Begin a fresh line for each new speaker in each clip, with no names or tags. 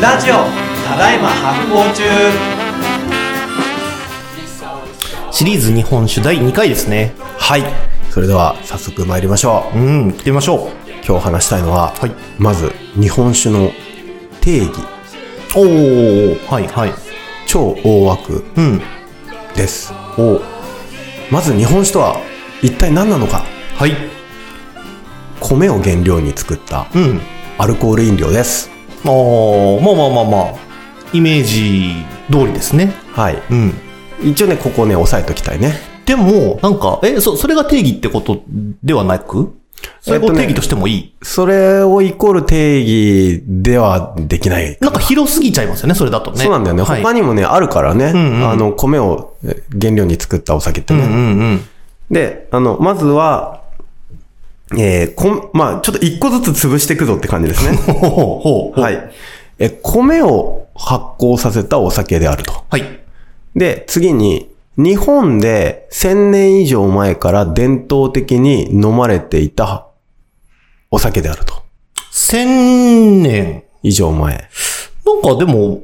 ラジオただいま発行中
シリーズ日本酒第2回ですね。
はい。それでは早速参りましょう。
うん、行ってみましょう。
今日話したいのは、
はい
まず日本酒の定義、
おー、はい、はい。
超大枠
うん、
です。を、まず日本酒とは一体何なのか。
はい。
米を原料に作った
うん。
アルコール飲料です。
あー、まあまあまあまあ、イメージ通りですね。
はい。
うん。
一応ね、ここね、押さえときたいね。
でも、なんか、え、そ、それが定義ってことではなくそれを
えっとね
定義としてもいい、
それをイコール定義ではできない。
なんか広すぎちゃいますよね、それだとね。
そうなんだよね。
はい、
他にもね、あるからね。
んうん
あの、米をえ原料に作ったお酒ってね。
うんうんうん。
で、あの、まずは、えー、こん、まあ、ちょっと一個ずつ潰していくぞって感じですね。
ほうほうほう。
はい。え、米を発酵させたお酒であると。
はい。
で、次に、日本で1000年以上前から伝統的に飲まれていたお酒であると。
千年。
以上前。
なんかでも、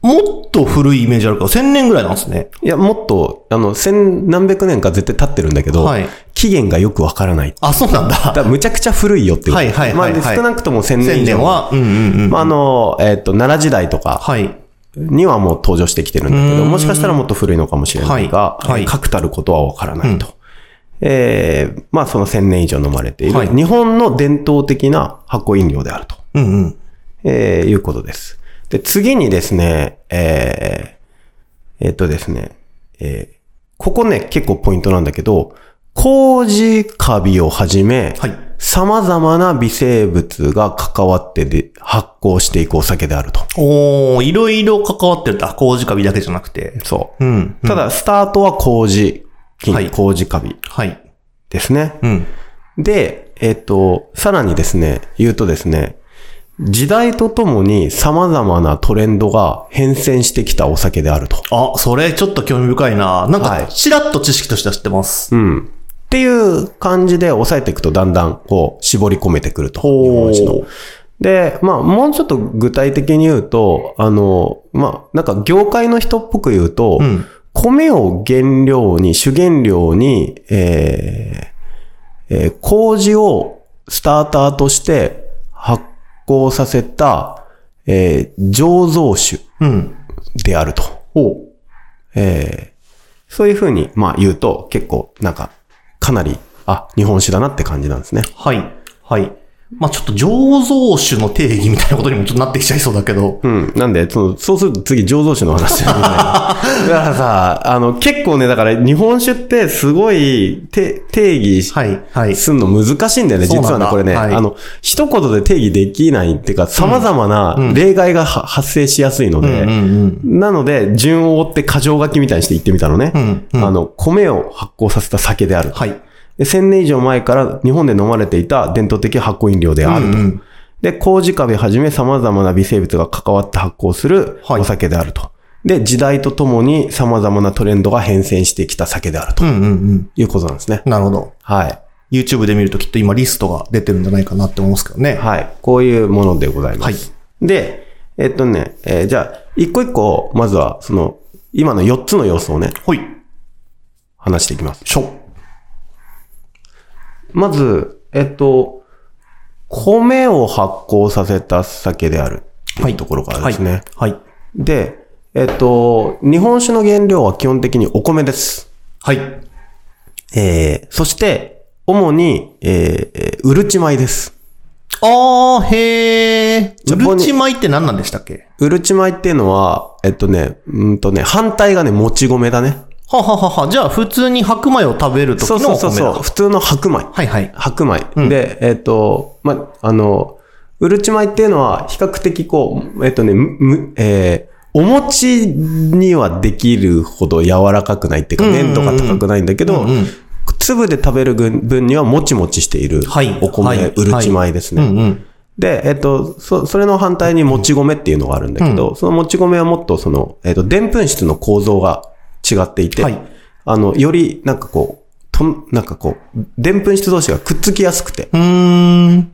もっと古いイメージあるから、千年ぐらいなんですね。
いや、もっと、あの、千何百年か絶対経ってるんだけど、
はい
期限がよくわからない。
あ、そうなんだ。
だからむちゃくちゃ古いよっていう。
はいはいはいはい
まあ、少なくとも1000年
千
以上
年
前。
は、うんうんうん。
まあ、あの、えっ、と、奈良時代とか
はい。
にはもう登場してきてるんだけど、もしかしたらもっと古いのかもしれないが、
はいはい
確たることはわからないと。えーまあその1000年以上飲まれている、
はい
日本の伝統的な発酵飲料であると、
うんうん。
えーいうことです。で、次にですね、えーえっとですね、えーここね、結構ポイントなんだけど、麹カビをはじめ、
はい
様々な微生物が関わってで発酵していくお酒であると。
おー、いろいろ関わってるんだ。麹カビだけじゃなくて。
そう。
うん。
ただ、スタートは麹菌、
はい
麹カビ
はい。
ですね。
うん。
で、えっ、と、さらにですね、言うとですね、時代とともに様々なトレンドが変遷してきたお酒であると。
あ、それちょっと興味深いな。なん
は
か、
い
ちらっと知識としては知ってます。
うん。っていう感じで押さえていくとだんだんこう絞り込めてくると。日本酒の。で、まあ、もうちょっと具体的に言うと、あの、まあ、なんか業界の人っぽく言うと、
ん
米を原料に、主原料に、えーえー麹をスターターとして発酵させた、えー醸造酒
うん。
であると。えーそういうふうに、まあ、言うと、結構、なんか、かなり、あ、日本酒だなって感じなんですね。
はい。はい。まあちょっと醸造酒の定義みたいなことにもちょっとなってきちゃいそうだけど。
うん。なんで、その、そうすると次、醸造酒の話 だよねだからさ、あの、結構ね、だから日本酒ってすごい、て、定義し、
はい。はい。
すんの難しいんだよね、
そう
実
なんだ
はね、これね、
はい
あの、一言で定義できないっていうか、様々な例外がは、発生しやすいので、
うんうん。
なので、順を追って過剰書きみたいにして言ってみたのね。
うんうん
あの、米を発酵させた酒である。
はい。
で1000年以上前から日本で飲まれていた伝統的発酵飲料であると。
うん。
で、麹カビはじめ様々な微生物が関わって発酵する
はい
お酒であると。で、時代とともに様々なトレンドが変遷してきた酒であると
うんうんうん。
いうことなんですね。
なるほど。
はい。
YouTube で見るときっと今リストが出てるんじゃないかなって思うんですけどね。
はい。こういうものでございます。で、えっとね、えーじゃあ、一個一個、まずは、その、今の4つの要素をね、
ほい。
話していきます。
しょ。
まず、えっと、米を発酵させた酒である。
はい。
ところからですね。
はい。はい。
で、えっと、日本酒の原料は基本的にお米です。
はい。
えー、そして、主に、えーえー、うるち米です。
あー、へー。
ジ
う
ャポ
る
ニ
ち米って何なんでしたっけ
うるち米っていうのは、えっとね、うんとね、反対がね、もち米だね。
はははは。じゃあ、普通に白米を食べるとき
そ
のお米
う
だ
そうそうそう、普通の白米。
はいはい。
白米。で、えっと、ま、あの、うるち米っていうのは、比較的こう、えっとね、むむ、えー、お餅にはできるほど柔らかくないっていうか、粘度が高くないんだけど、粒で食べる分分にはもちもちしている
はい
お米、
はいう
るち米ですね。
うんうん。
で、えっと、そ、それの反対にもち米っていうのがあるんだけど、そのもち米はもっとその、えっと、でんぷん質の構造が違っていて、
はい
あの、より、なんかこう、とん、なんかこう、でんぷん質同士がくっつきやすくて、
うーん。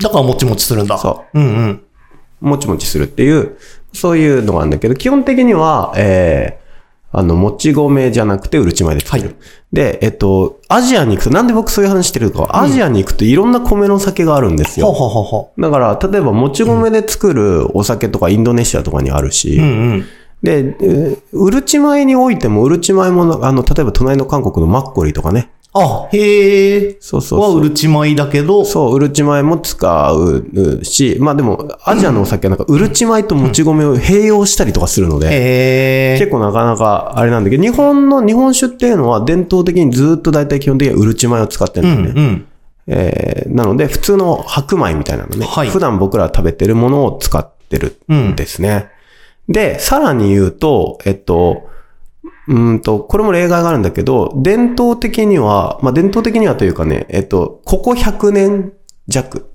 だから、もちもちするんだ。。
そう
うんうん。
もちもちするっていう、そういうのがあるんだけど、基本的には、えー、あの、もち米じゃなくてうるち米で作る。で、えっと、アジアに行くと、なんで僕そういう話してるか、アジアに行くといろんな米の酒があるんです
ほう
よ。
ほうほうほ
だから、例えば、もち米で作るお酒とかインドネシアとかにあるし、
う。うんうん。
で、えーうるち米においても、うるち米も、あの、例えば隣の韓国のマッコリとかね。
あ、へえ。
そうそう
は
そう
う。るち米だけど、
そう、うるち米も使ううし、まあでも、アジアのお酒はなんか、うるち米ともち米を併用したりとかするので、
へえ。
結構なかなかあれなんだけど、日本の、日本酒っていうのは伝統的にずっと大体基本的にはうるち米を使ってる
うん
だよね。
ん
えーなので、普通の白米みたいなのね、
はい
普段僕ら食べてるものを使ってるんですね。で、さらに言うと、えっと、うーんと、これも例外があるんだけど、伝統的には、まあ、伝統的にはというかね、えっと、ここ100年弱、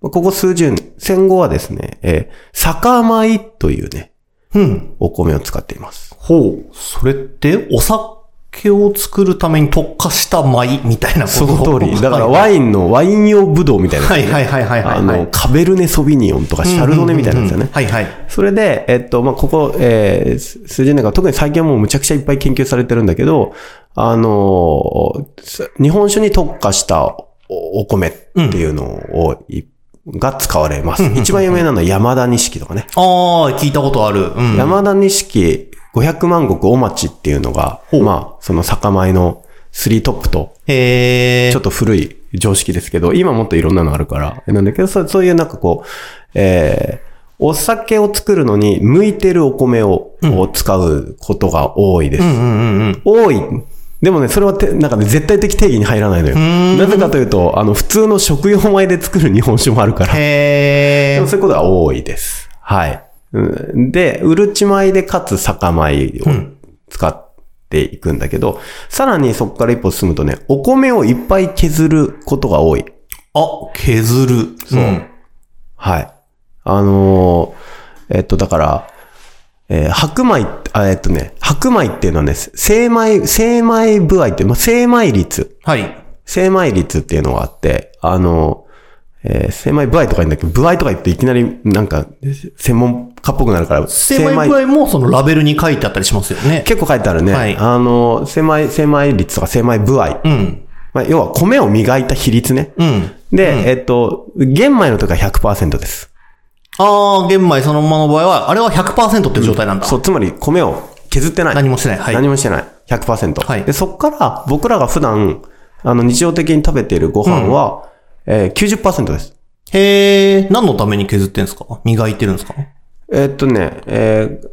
ここ数十年、戦後はですね、えー酒米というね、
うん。うん。
お米を使っています。
ほう。それって、お酒を作るために特化した米みたいなこと
その通り。だから
はい
ワインの、ワイン用ブドウみたいなやつね、
はいはいはいはいはい。
あの、カベルネソビニオンとかシャルドネみたいなやつだ
うんうんうんう
ね
ん。はいはい。
それで、えっと、まあ、ここ、えー、す数十年間、特に最近はもうむちゃくちゃいっぱい研究されてるんだけど、あのーす日本酒に特化したおお米っていうのをい、が使われます。一番有名なのは山田錦とかね。
ああ、聞いたことある。うん。
山田錦500万石お町っていうのが、まあ、その酒米のスリートップと、
へえ。
ちょっと古い常識ですけど、今もっといろんなのあるから、なんだけど、そうそういうなんかこう、えーお酒を作るのに向いてるお米を,、使うことが多いです。
うんうんうん。
多い。でもね、それはて、なんかね、絶対的定義に入らないのよ。なぜかというと、あの、普通の食用米で作る日本酒もあるから、
へ
で
え
も。そういうことが多いです。はい。うんで、うるち米でかつ酒米を使っていくんだけど、さらにそこから一歩進むとね、お米をいっぱい削ることが多い。
あ、削る。そう。
はい。あのーえっと、だから、えー白米、あ、えっとね、白米っていうのはね、精米、精米部合っていう、まあ、精米率。
はい。
精米率っていうのがあって、あのーえー精米部合とか言うんだけど、部合とか言っていきなり、なんか、専門家っぽくなるから、
精米具合もそのラベルに書いてあったりしますよね。
結構書いてあるね。
はい
あの、精米、精米率とか精米部合。
うん。
まあ、要は米を磨いた比率ね。
うん。
で、えっと、玄米の時は100%です。
ああ、玄米そのままの場合は、あれは100%っていう状態なんだ。
そう、つまり米を削ってない。
何もしてない。はい。
何もしてない。100%。
はい
で、そっから僕らが普段、あの、日常的に食べているご飯は、えー、90%です。
へえ、何のために削ってんすか磨いてるんですか
えーっとね、えー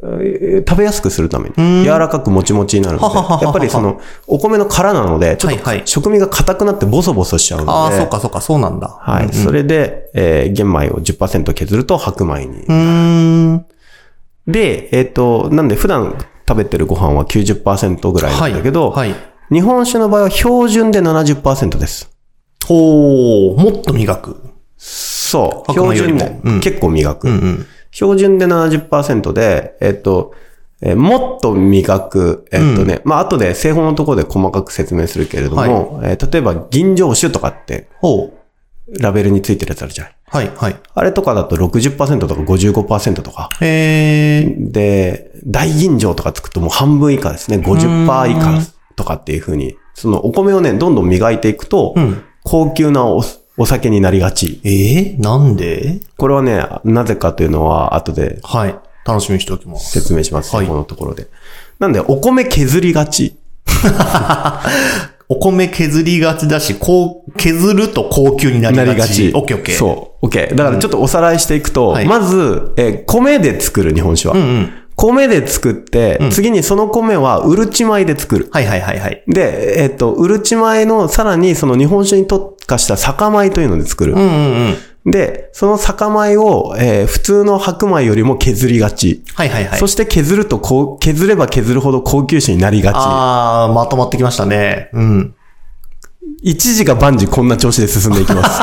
えー食べやすくするために。柔らかくもちもちになるの
ははははは
で。やっぱりその、お米の殻なので、ちょっ
はいはい
と食味が硬くなってボソボソしちゃうので。
ああ、そうかそうか、そうなんだ。
はい。それで、えー玄米を10%削ると白米に。
うーん。
で、えっ、と、なんで普段食べてるご飯は90%ぐらいな
は
ん
い。
だけど、
はい。
日本酒の場合は標準で70%です。
ほー、もっと磨く。
そう。
白
標
米より
準
も
で、
うん
結構磨く。
うんうん。
標準で70%で、えっ、と、えーもっと磨く。えっ、とね、まあ、後で製法のところで細かく説明するけれども、えー例えば、銀醸酒とかって、
ほう。
ラベルについてるやつあるじゃない。
はい、はい。
あれとかだと60%とか55%とか、
へー。
で、大吟醸とか作くともう半分以下ですね。50%以下とかっていう風に、そのお米をね、どんどん磨いていくと、
ん
高級なおお酒になりがち。
えー、なんで
これはね、なぜかというのは後で
はい。楽しみにしておきます。
説明します。
はい
このところで。なんで、お米削りがち。
お米削りがちだし、こう、削ると高級になり
な
がち。
りがち。
オッケーオッケー。う。
そう。オッケー。だからちょっとおさらいしていくと、
はい
まず、えー米で作る日本酒は。
うんうん。
米で作って、次にその米はうるち米で作る。
はいはいはいはい。
で、えっ、と、うるち米の、さらにその日本酒に特化した酒米というので作る。
うんうんうん。
で、その酒米を、えー普通の白米よりも削りがち。
はいはいはい
そ。して削るとこう、削れば削るほど高級酒になりが
あー、まとまってきましたね。うん。
ち。一時が万事こんな調子で進んでいきます。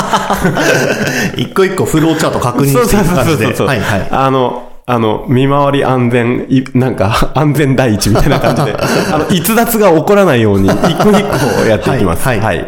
一個一個フローチャート確認していく感じで。はいはい。
あの、あの、見回り安全、いなんか、 安全 第一みたいな感じで、あの、逸脱が起こらないように、一個一個やっていきます。
はいは
はいい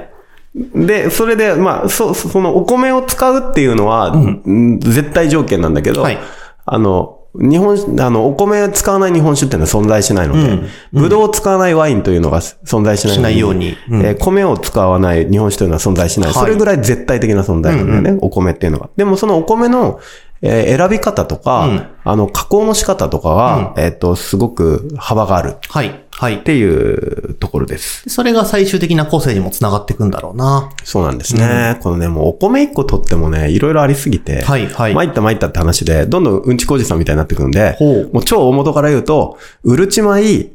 で、それで、まあ、そ、そのお米を使うっていうのは、うん絶対条件なんだけど、
はい
あの、日本酒、あの、お米を使わない日本酒っていうのは存在しないので、ブドウを使わないワインというのが存在しない
し
ので
ないようにうん
えー米を使わない日本酒というのは存在しない。
はい
それぐらい絶対的な存在なんだよね、お米っていうのが。でもそのお米の、えー選び方とか、
うん
あの、加工の仕方とかは、えっ、と、すごく幅があるっ
はい。はい。
ていうところです。
でそれが最終的な個性にもつながっていくんだろうな。
そうなんですね。このね、もうお米一個取ってもね、いろいろありすぎて、
はいはい
参った参ったって話で、どんどんうんちこおじさんみたいになってくるんで
ほう、
もう超大元から言うと、うるち米、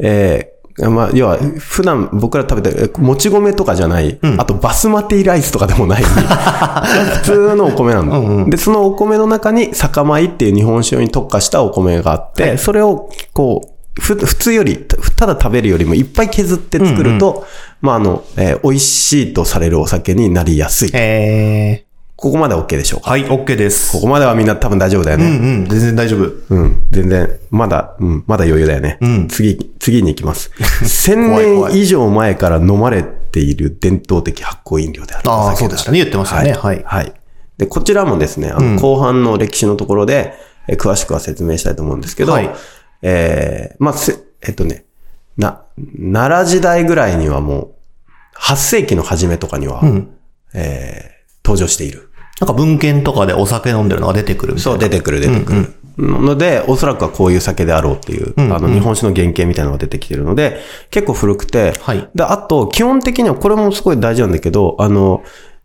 えーまあ、要は、普段僕ら食べてる、えもち米とかじゃない、あとバスマティライスとかでも ない、普通のお米なんだ。で、そのお米の中に酒米っていう日本酒に特化したお米があって、それを、こう、ふ普通より、たただ食べるよりもいっぱい削って作ると、まあ、あの、えー美味しいとされるお酒になりやすい。
え
ここまで OK でしょう
ー、
か
はい、OK で
こ
す。
こまではみんな多分大丈夫だよ
うん
ね。
うん、全然大丈夫。
うん、全然、まだ、うん、まだ余裕だよね。
ん
次、次に行き ます。1000
怖い怖
年
い
以上前から飲まれている伝統的発酵飲料である。
あ
お
あ、
酒
そう
だ
でしたね。言ってましたね。はい。
はい。で、こちらもですね、あの後半の歴史のところで、えー詳しくは説明したいと思うんですけど、
はい
えーまあ、せえっとね、な、奈良時代ぐらいにはもう、8世紀の初めとかには、えー登場している。
なんか文献とかでお酒飲んでるのが出てくるみたい
そう、出てくる、出てくる。ので、おそらくはこういう酒であろうっていう、あの、日本酒の原型みたいなのが出てきてるので、結構古くて、
はい
で、あと、基本的には、これもすごい大事なんだけど、あの、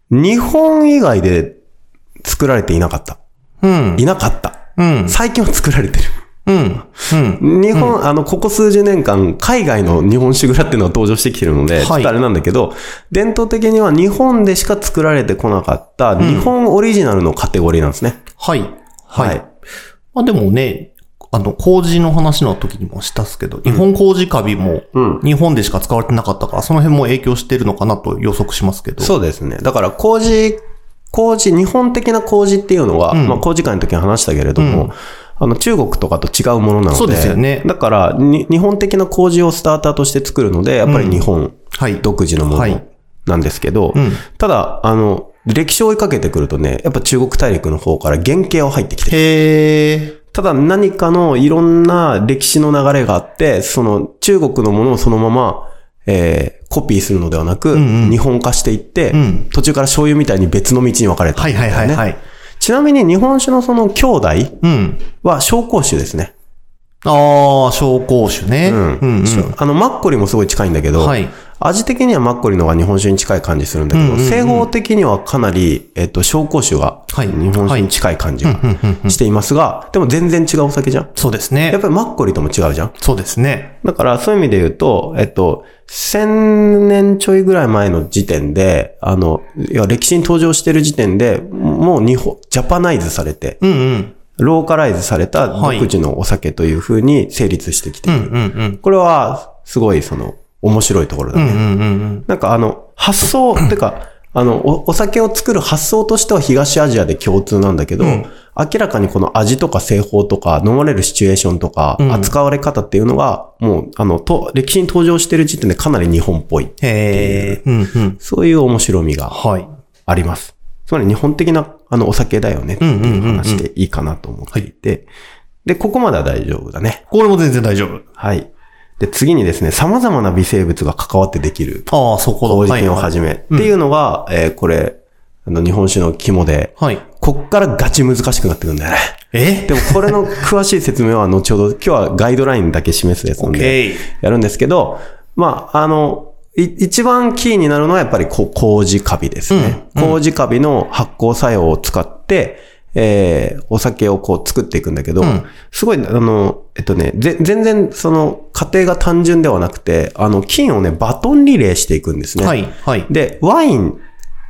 日本以外で作られていなかった。
な。うん。
いなかった。
うん。
最近は作られてる。
うん。うん。
日本、あの、ここ数十年間、海外の日本酒蔵っていうのは登場してきてるので、
はい
ちょっとあれなんだけど、伝統的には日本でしか作られてこなかった、日本オリジナルのカテゴリーなんですね。
はい。はい。
はい
まあでもね、あの、麹の話の時にもしたっすけど、日本麹カビも、日本でしか使われてなかったから、その辺も影響してるのかなと予測しますけど。
そうですね。だから、麹、麹、日本的な麹っていうのは、まあ、麹会の時に話したけれども、あの、中国とかと違うものなので、
そうですよね
だから、に日本的な麹をスターターとして作るので、やっぱり日本
はい。
独自のも
は
の
い
なんですけど、ただ、あの、歴史を追いかけてくるとね、やっぱ中国大陸の方から原型は入ってきてる
へえ。
ただ何かのいろんな歴史の流れがあって、その中国のものをそのまま、えー、コピーするのではなく、日本化していって、
ん
途中から醤油みたいに別の道に分かれた、
はいはいはいはい。
ちなみに日本酒のその兄弟
うん。
は紹興酒ですね。
ああ、紹興酒ね。う
うん
ん。うん。
あの、マッコリもすごい近いんだけど、
はい
味的にはマッコリの方が日本酒に近い感じするんだけど、製法的にはかなり、えっと、紹興酒が
はい
日本酒に近い感じがしていますが、でも全然違うお酒じゃん。
そうです
や
ね
っ。ぱりマッコリとも違うじゃん。
そうですね。
だから、そういう意味で言うと、えっと、1000年ちょいぐらい前の時点で、あの、いや、歴史に登場してる時点で、もう日本、ジャパナイズされて、
うんうん。
ローカライズされた
はい
独自のお酒という風に成立してきている。
うんうん。
これは、すごい、その、面白いところだね。
うんうんうん。
なんか、あの、発想、て か、あのお、お酒を作る発想としては東アジアで共通なんだけど、明らかにこの味とか製法とか、飲まれるシチュエーションとか、扱われ方っていうのが、もう、あの、と、歴史に登場してる時点でかなり日本っぽい。
へえ。うんうん。
そういう面白みが
はい。
あります。つまり日本的な、あの、お酒だよねっていう話でいいかなと思っていて、で、ここまでは大丈夫だね。
これも全然大丈夫。
はい。で、次にですね、様々な微生物が関わってできる
ああ、そこだ。
麹
はい
菌を
は。
はいじめ。っていうのが、えーこれ、あの、日本酒の肝で、
はい。
こっからガチ難しくなってくるんだよね。
え
でも、これの詳しい説明は後ほど、今 日はガイドラインだけ示すやつなんで、
えい。
やるんですけど、まあ、あの、い一番キーになるのはやっぱりこ麹カビですね。麹カビの発酵作用を使って、えー、お酒をこう作っていくんだけど、すごい、あの、えっとね、ぜ全然その過程が単純ではなくて、あの、菌をね、バトンリレーしていくんですね。
はい。はい。
で、ワイン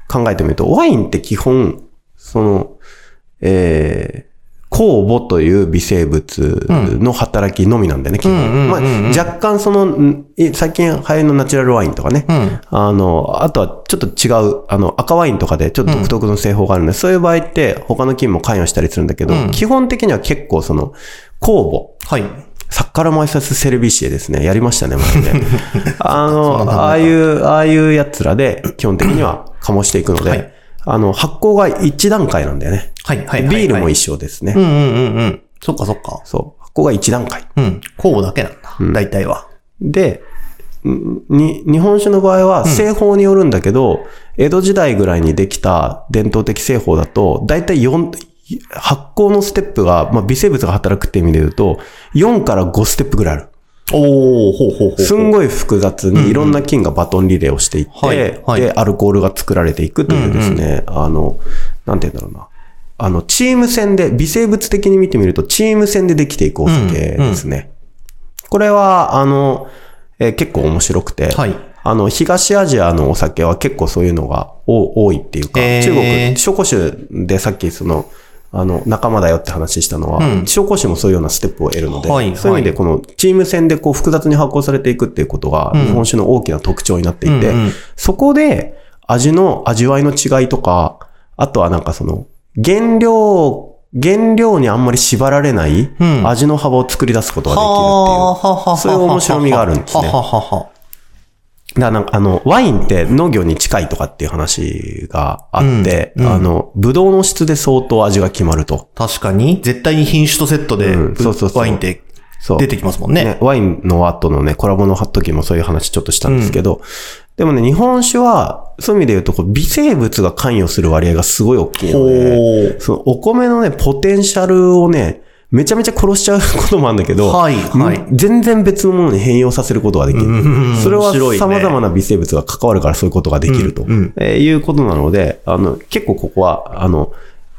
考えてみると、ワインって基本、その、えー、酵母という微生物の働きのみなんだよね、基本。まあ、若干その、んい最近流行りのナチュラルワインとかね、あの、あとはちょっと違う、あの、赤ワインとかでちょっと独特の製法があるんで、そういう場合って他の菌も関与したりするんだけど、基本的には結構その、酵母、
はい。
サッカラマイサスセルビシエですね。やりましたね、前 ね。あ
そんな名前
の、
か
ああいう、ああいう奴らで、基本的には醸していくので、
はい
あの、発酵が一段階なんだよね。
はい、はい。
ビールも一
緒。
緒ですね。
うんうんうんうん。そっかそっか。
そう。発酵が一段階。
うん。酵母だけなんだ。大体は。
で、に、日本酒の場合は製法によるんだけど、江戸時代ぐらいにできた伝統的製法だと、だいたい4、発酵のステップが、まあ、微生物が働くって意味で言うと、4から5ステップぐらいある。
おー、ほうほうほう。
すんごい複雑にいろんな菌がバトンリレーをしていって、
はいはい
で、アルコールが作られていくというですね、あの、なんて言うんだろうな。あの、チーム戦で、微生物的に見てみると、チーム戦でできていくお酒ですね。これは、あの、えー結構面白くて、
はい
あの、東アジアのお酒は結構そういうのがお多いっていうか、
へー
中国、小古酒でさっきその、あの、仲間だよって話したのは、小古酒もそういうようなステップを得るので、
はい
そういう意味で
はい
このチーム戦でこう複雑に発行されていくっていうことが日本酒の大きな特徴になっていて、
うんうん
そこで味の味わいの違いとか、あとはなんかその原料、原料にあんまり縛られない
うん
味の幅を作り出すことができるってい
はー
う。
ははは
そういう面白みがあるんですね
はははは。
だからなんかあの、ワインって農業に近いとかっていう話があって、
うんうん
あの、ブドウの質で相当味が決まると。
確かに、絶対に品種とセットで、
うんそうそうそう
ワインって
そう。
出てきますもんね。
ね、ワインの後のね、コラボの時もそういう話ちょっとしたんですけど、でもね、日本酒は、そういう意味で言うと、こう微生物が関与する割合がすごい大きいの
お
で、
ー。
そのお米のね、ポテンシャルをね、めちゃめちゃ殺しちゃうこともあるんだけど、
はいはい
うん全然別のものに変容させることができる。
ん
それは
面白いね
様々な微生物が関わるからそういうことができると、
ん。
えーいうことなので、あの、結構ここは、あの、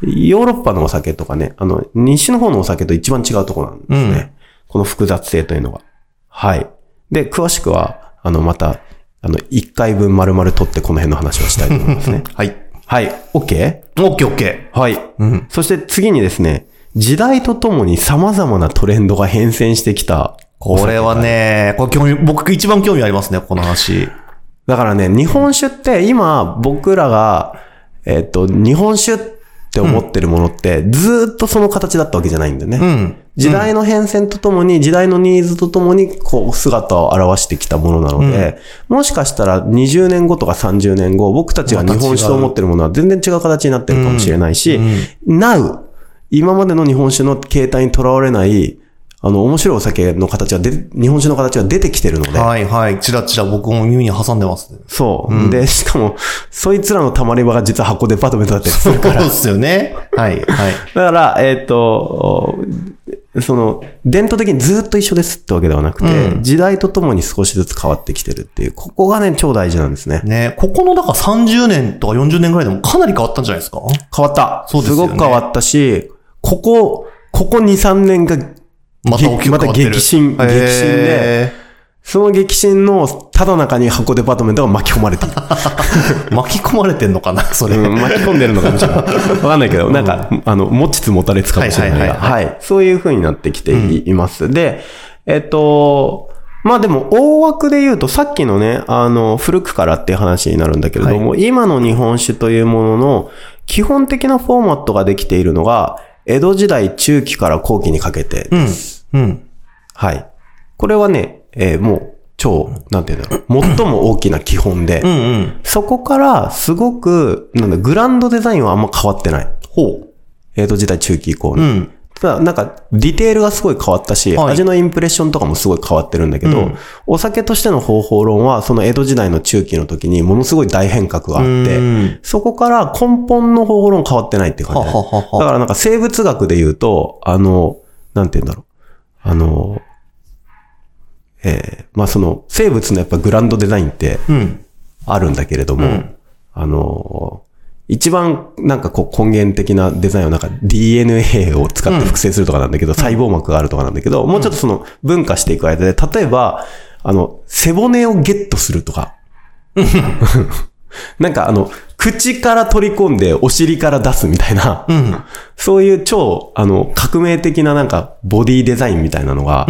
ヨーロッパのお酒とかね、あの、西の方のお酒と一番違うところなんですね。この複雑性というのが。はい。で、詳しくは、あの、また、あの、1回分丸々取ってこの辺の話をしたいと思いますね
はい。
はい。OK?
オッケーオッケ
はい。
ん
そして次にですね、時代とともに様々なトレンドが変遷してきた。
ー。これはね、これ興味、僕一番興味ありますね、この話。
だからね、日本酒って今僕らが、えっ、と、日本酒って思ってるものって、ずーっとその形だったわけじゃないんだよね。
うん。
時代の変遷とともに、時代のニーズとともに、こう、姿を表してきたものなので、もしかしたら20年後とか30年後、僕たちが日本酒と思ってるものは全然違う形になってるかもしれないし、Now、今までの日本酒の形態にとらわれない、あの、面白いお酒の形はで、日本酒の形は出てきてるので、
はいはい。ちらちら僕も耳に挟んでます。
そう、で、しかも、そいつらの溜まり場が実は箱デパートメントだったりす
そう
るから。
ですよね。はいはい。
だから、えっ、と、その、伝統的にずっと一緒ですってわけではなくて、時代とともに少しずつ変わってきてるっていう、ここがね、超大事なんですね。
ね、ここのだから30年とか40年ぐらいでもかなり変わったんじゃないですか
変わった。
そうですよね
ごく変わったし、ここ、ここ2、3年が、
また大きく変わってる。
また激震激震で
へ
その激震のただ中に箱デパートメントが巻き込まれている。
ー。巻き込まれてんの かなそれ。
うん巻き込んでるのかもしれ ない。わかんないけど、なんか、あの、持ちつ持たれつかもしれない
は
が、
いはい
はいそういう風になってきてい,、ます。で、えっと、まあでも、大枠で言うと、さっきのね、あの、古くからっていう話になるんだけれども、今の日本酒というものの、基本的なフォーマットができているのが、江戸時代中期から後期にかけて、
うん。うん。
はい。これはね、えーもう、超、なんていうんだろう、最も大きな基本で、
うんうん。
そこから、すごく、なんだ、グランドデザインはあんま変わってない。
ほ
江戸時代中期以降
う。う
に。
ん。
ただ、なんか、ディテールがすごい変わったし、
はい
味のインプレッションとかもすごい変わってるんだけど、お酒としての方法論は、その江戸時代の中期の時にものすごい大変革があって、
うん
そこから根本の方法論変わってないっていう感じだね、
はははは
だからなんか生物学で言うと、あの、なんて言うんだろう。あの、えーまあその、生物のやっぱグランドデザインって、
うん。
あるんだけれども、あの、一番なんかこう根源的なデザインはなんか DNA を使って複製するとかなんだけど、細胞膜があるとかなんだけど、もうちょっとその分化していく間で、例えば、あの、背骨をゲットするとか。なんかあの、口から取り込んでお尻から出すみたいな、そういう超あの革命的ななんかボディデザインみたいなのが、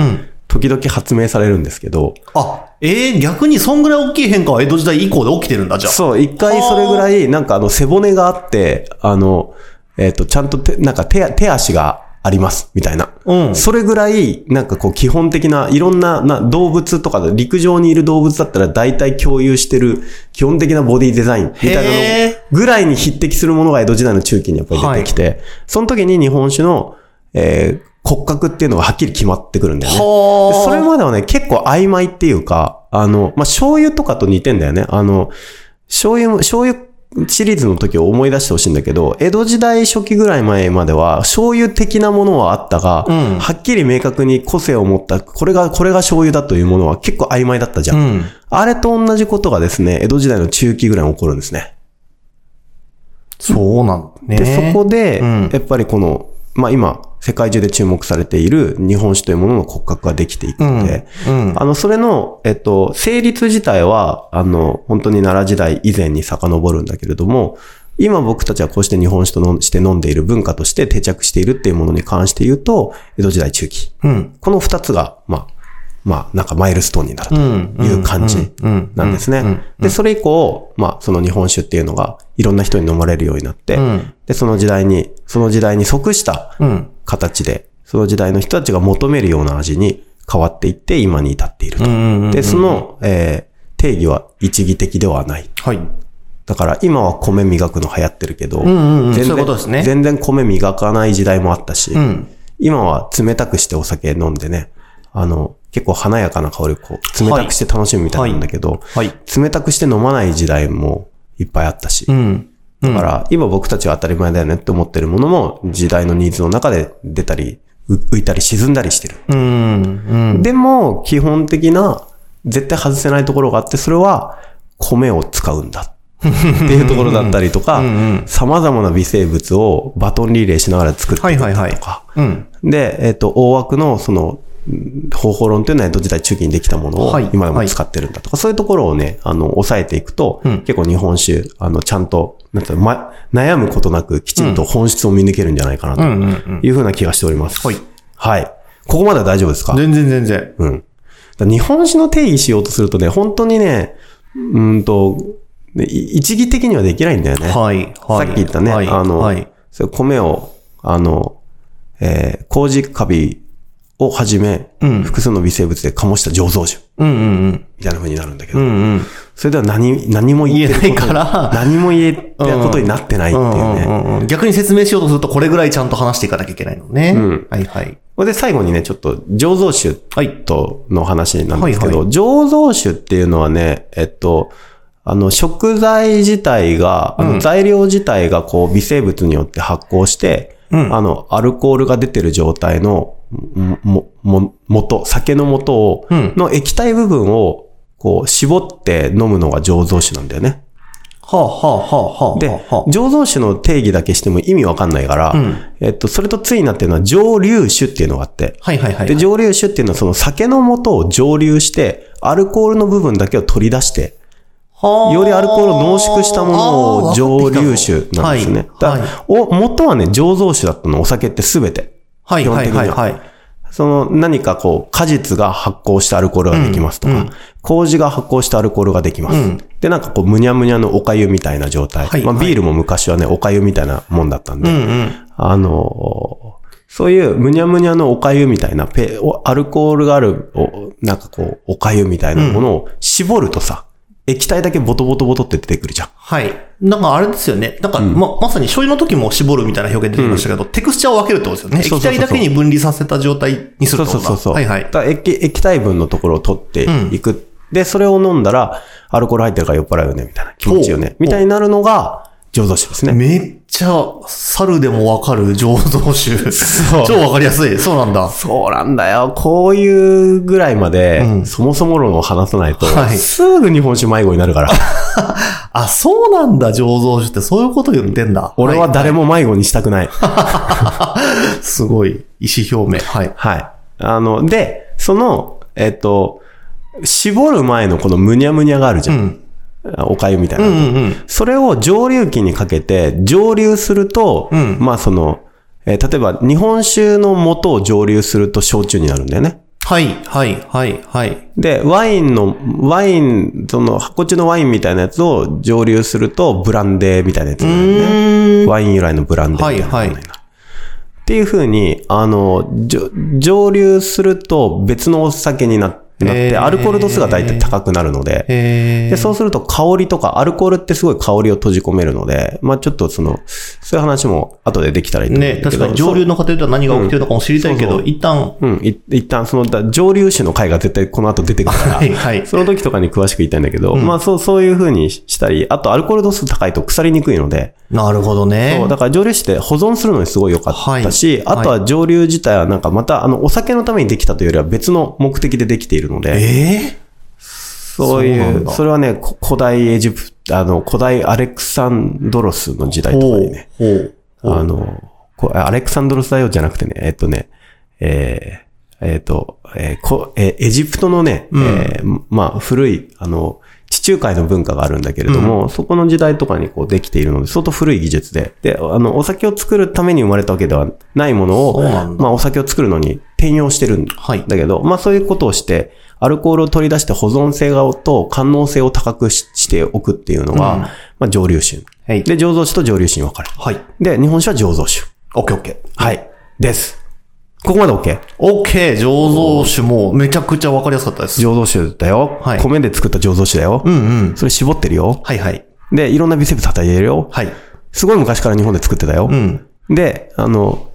時々発明されるんですけど、
あ、えー、逆にそんぐらい大きい変化は江戸時代以降で起きてるんだ、じゃあ。
そう、一回それぐらい、なんかあの背骨があって、あの、えっ、と、ちゃんと手、なんか手、手足があります、みたいな。
うん。
それぐらい、なんかこう基本的ないろんなな動物とかで、陸上にいる動物だったら大体共有してる基本的なボディデザインみたいな
へー
のぐらいに匹敵するものが江戸時代の中期にやっぱり出てきて、その時に日本酒の、えー骨格っていうのがはっきり決まってくるんだよね。
は
でそれまではね、結構曖昧っていうか、あの、まあ、醤油とかと似てんだよね。あの、醤油も、醤油シリーズの時を思い出してほしいんだけど、江戸時代初期ぐらい前までは、醤油的なものはあったが、
うん
はっきり明確に個性を持った、これが、これが醤油だというものは結構曖昧だったじゃん。
うん。
あれと同じことがですね、江戸時代の中期ぐらいに起こるんですね。
そうなんだね。
で、そこで、
うん
やっぱりこの、まあ、今、世界中で注目されている日本酒というものの骨格ができていくので、
うん。
あの、それの、えっと、成立自体は、あの、本当に奈良時代以前に遡るんだけれども、今僕たちはこうして日本酒とのして飲んでいる文化として定着しているっていうものに関して言うと、江戸時代中期。
うん。
この二つが、まあ、まあ、なんかマイルストーンになると
うん。
いう感じ
うん。
なんですね。で、それ以降、まあ、その日本酒っていうのが、いろんな人に飲まれるようになって
う、ん。
で、その時代に、その時代に即した
うん。
形で、その時代の人たちが求めるような味に変わっていって、今に至っていると。
うん。
で、その、えー定義は一義的ではない。
はい。
だから今は米磨くの流行ってるけど、
んうんうん
全然
そういうことですね
全然米磨かない時代もあったし、
うん。
今は冷たくしてお酒飲んでね、あの、結構華やかな香りをこう、冷たくして楽しむみたいなんだけど、
はい。
冷たくして飲まない時代もいっぱいあったし
う、ん。
だから今僕たちは当たり前だよねって思ってるものも時代のニーズの中で出たり、う浮いたり沈んだりしてる。
うん。うん。
でも、基本的な、絶対外せないところがあって、それは、米を使うんだ。っていうところだったりとか、様々な微生物をバトンリレーしながら作って
はいい
く
はいはい
と。か。
うん。
で、えっ、と、大枠の、その、うん方法論というのは江戸時代中期にできたものを
はい
今でも使ってるんだとか、そういうところをね、あの、抑えていくと、
うん
結構日本酒、あの、ちゃんと、なんていうのま、悩むことなくきちんと本質を見抜けるんじゃないかな
う
と
ん。うん。
いうふうな気がしております。
はい。
はい。ここまでは大丈夫ですか
全然全然。
うん。だから日本史の定義しようとするとね、本当にね、うーんと、ねい一義的にはできないんだよね。
はい。はい。
さっき言ったね、
はい。
あの、
はい。
それ米を、あの、えー、麹カビをはじめ、
うん
複数の微生物で醸した醸造酒
うんうん
みたいな風になるんだけ
う
ど、
ん。うんうん。
それでは何、何も言え
言えないから
何も言えたことになってないっていうね。
うんうん、逆に説明しようとすると、これぐらいちゃんと話していかなきゃいけないのね。
ん
はいはい。
で、最後にね、ちょっと、醸造酒との話なんですけど、
はいは
醸造酒っていうのはね、えっと、あの、食材自体が、あの、材料自体がこう、微生物によって発酵して、
うん
あの、アルコールが出てる状態の、も、もも、元、酒の元を、
うん
の液体部分を、こう、絞って飲むのが醸造酒なんだよね。
はあはあはあはあ。
で、
は
醸造酒の定義だけしても意味わかんないから、
ん
えっと、それとついになってるのは蒸留酒っていうのがあって、
あ、はいはいはい。
で、蒸留酒っていうのはその酒の元を蒸留して、アルコールの部分だけを取り出して、
はあ
よりアルコールを濃縮したものを蒸留酒なんですね。
はい
だからお元はね、醸造酒だったの、お酒ってすべて。
はいはい
基本
は
的
い
には
はい。
その何かこう、果実が発酵したアルコールができますとか、麹が発酵したアルコールができます。で、なんかこう、むにゃむにゃのお粥みたいな状態。
はい
まあ、
はい
ビールも昔はね、お粥みたいなもんだったんで、
うんうん。
あの、そういうむにゃむにゃのおかゆみたいな、ペおアルコールがある、おなんかこう、おかゆみたいなものを絞るとさ、液体だけボトボトボトって出てくるじゃん。
はい。なんかあれですよね。なんか、ま、まさに醤油の時も絞るみたいな表現出てきましたけど、テクスチャーを分けるってことですよね。
そうそう
液
そうそう
体だけに分離させた状態にする
そう
ってことだ
そうそうそう。
はいは
だ
い。
から液液体分のところを取っていく。で、それを飲んだら、アルコール入ってるから酔っ払うよね、みたいな。気持ちいいよね。
お
みたいになるのが、醸造酒ですね。
めっちゃ、猿でもわかる醸造酒。
そ う
超わかりやすい。そうなんだ。
そうなんだよ。こういうぐらいまで、
うん
そもそも論を話さないと、
はい
すぐ日本酒迷子になるから。
あ、そうなんだ、醸造酒ってそういうこと言ってんだ。
俺は誰も迷子にしたくない。
すごい、意思表明。はい。
はい。あの、で、その、えっと、絞る前のこのむにゃむにゃがあるじゃん。おかゆみたいな。
うんうん。
それを蒸留器にかけて、蒸留すると、
ん
まあその、えー例えば日本酒の元を蒸留すると焼酎になるんだよね。
はい、はい、はい、はい。
で、ワインの、ワイン、その、箱中のワインみたいなやつを蒸留すると、ブランデーみたいなやつになるんだよね。ワイン由来のブランデーみたいなものになる。っていう風に、あの、じょ蒸留すると別のお酒になって、なっ
へ
て
ー
アルコール度数が大体高くなるので、
え
で、そうすると香りとか、アルコールってすごい香りを閉じ込めるので、まあちょっとその、そういう話も後でできたらいいと思うん
ね、
だけ
確
ど。
かに上流の過程では何が起きてるのかも知りたいけど、
そうそう
一旦、
そう。うん、い一旦その、だ蒸留酒の回が絶対この後出てくるから
は、い、はい。
その時とかに詳しく言いたいんだけど、まあそう、そういう風にしたり、あとアルコール度数高いと腐りにくいので、
なるほどね
そう、。だから蒸留酒って保存するのにすごい良かったし、
はい
あとは蒸留自体はなんかまた、あの、お酒のためにできたというよりは別の目的でできているので、
え
そう
そう
い
なん
う、
だ
それはね、こ古代エジプト、あの、古代アレクサンドロスの時
ー、
代とかにね、
ほう。ほう。
あの、こアレクサンドロス大王じゃなくてね、えっとね、えーえっ、と、えーこえーエジプトのね、えーまあ、古い、あの、地中海の文化があるんだけれども、そこの時代とかにこうできているので、相当古い技術で、で、あの、お酒を作るために生まれたわけではないもの
そ
を
うなん、だ
まあ、お酒を作るのに転用してるん
はい
だけど、まあ、そういうことをして、アルコールを取り出して保存性がと感能性を高くししておくっていうのが、
うん
まあ、蒸留酒。
はい
で、醸造酒と蒸留酒に分かれる。
はい。
で、日本酒は醸造酒。
オッケーオッケー。
はい。です。ここまで OK?
オッケー、醸造酒もめちゃくちゃわかりやすかったです。
醸造酒だよ。
はい
米で作った醸造酒だよ。
うんうん。
それ絞ってるよ。
はいはい。
で、いろんな微生物働いてるよ。
はい。
すごい昔から日本で作ってたよ。
ん
で、あの、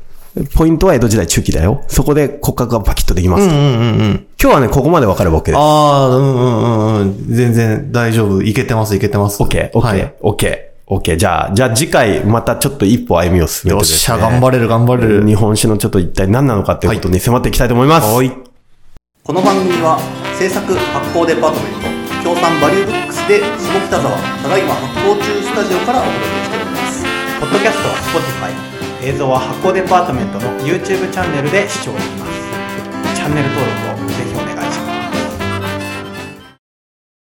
ポイントは江戸時代中期だよ。そこで骨格がバキッとできます。
うんうんうん。
今日はね、ここまで分かれば OK です。
ああ、うんうんうんうん。全然大丈夫。いけてます、いけてます。オッ
OK、
はい。よ
OK、OK、OK。じゃあ、じゃあ次回またちょっと一歩歩みを進めて
っ
です
し
ね
ゃ、頑張れる、頑張れる。
日本酒のちょっと一体何なのかっていうことに迫っていきたいと思います。はい。
この番組は制作発行デパートメント協賛バリューブックスで下北沢ただいま発行中スタジオからお届けしておりますポッドキャストは Spotify 映像は発行デパートメントの YouTube チャンネルで視聴できますチャンネル登録を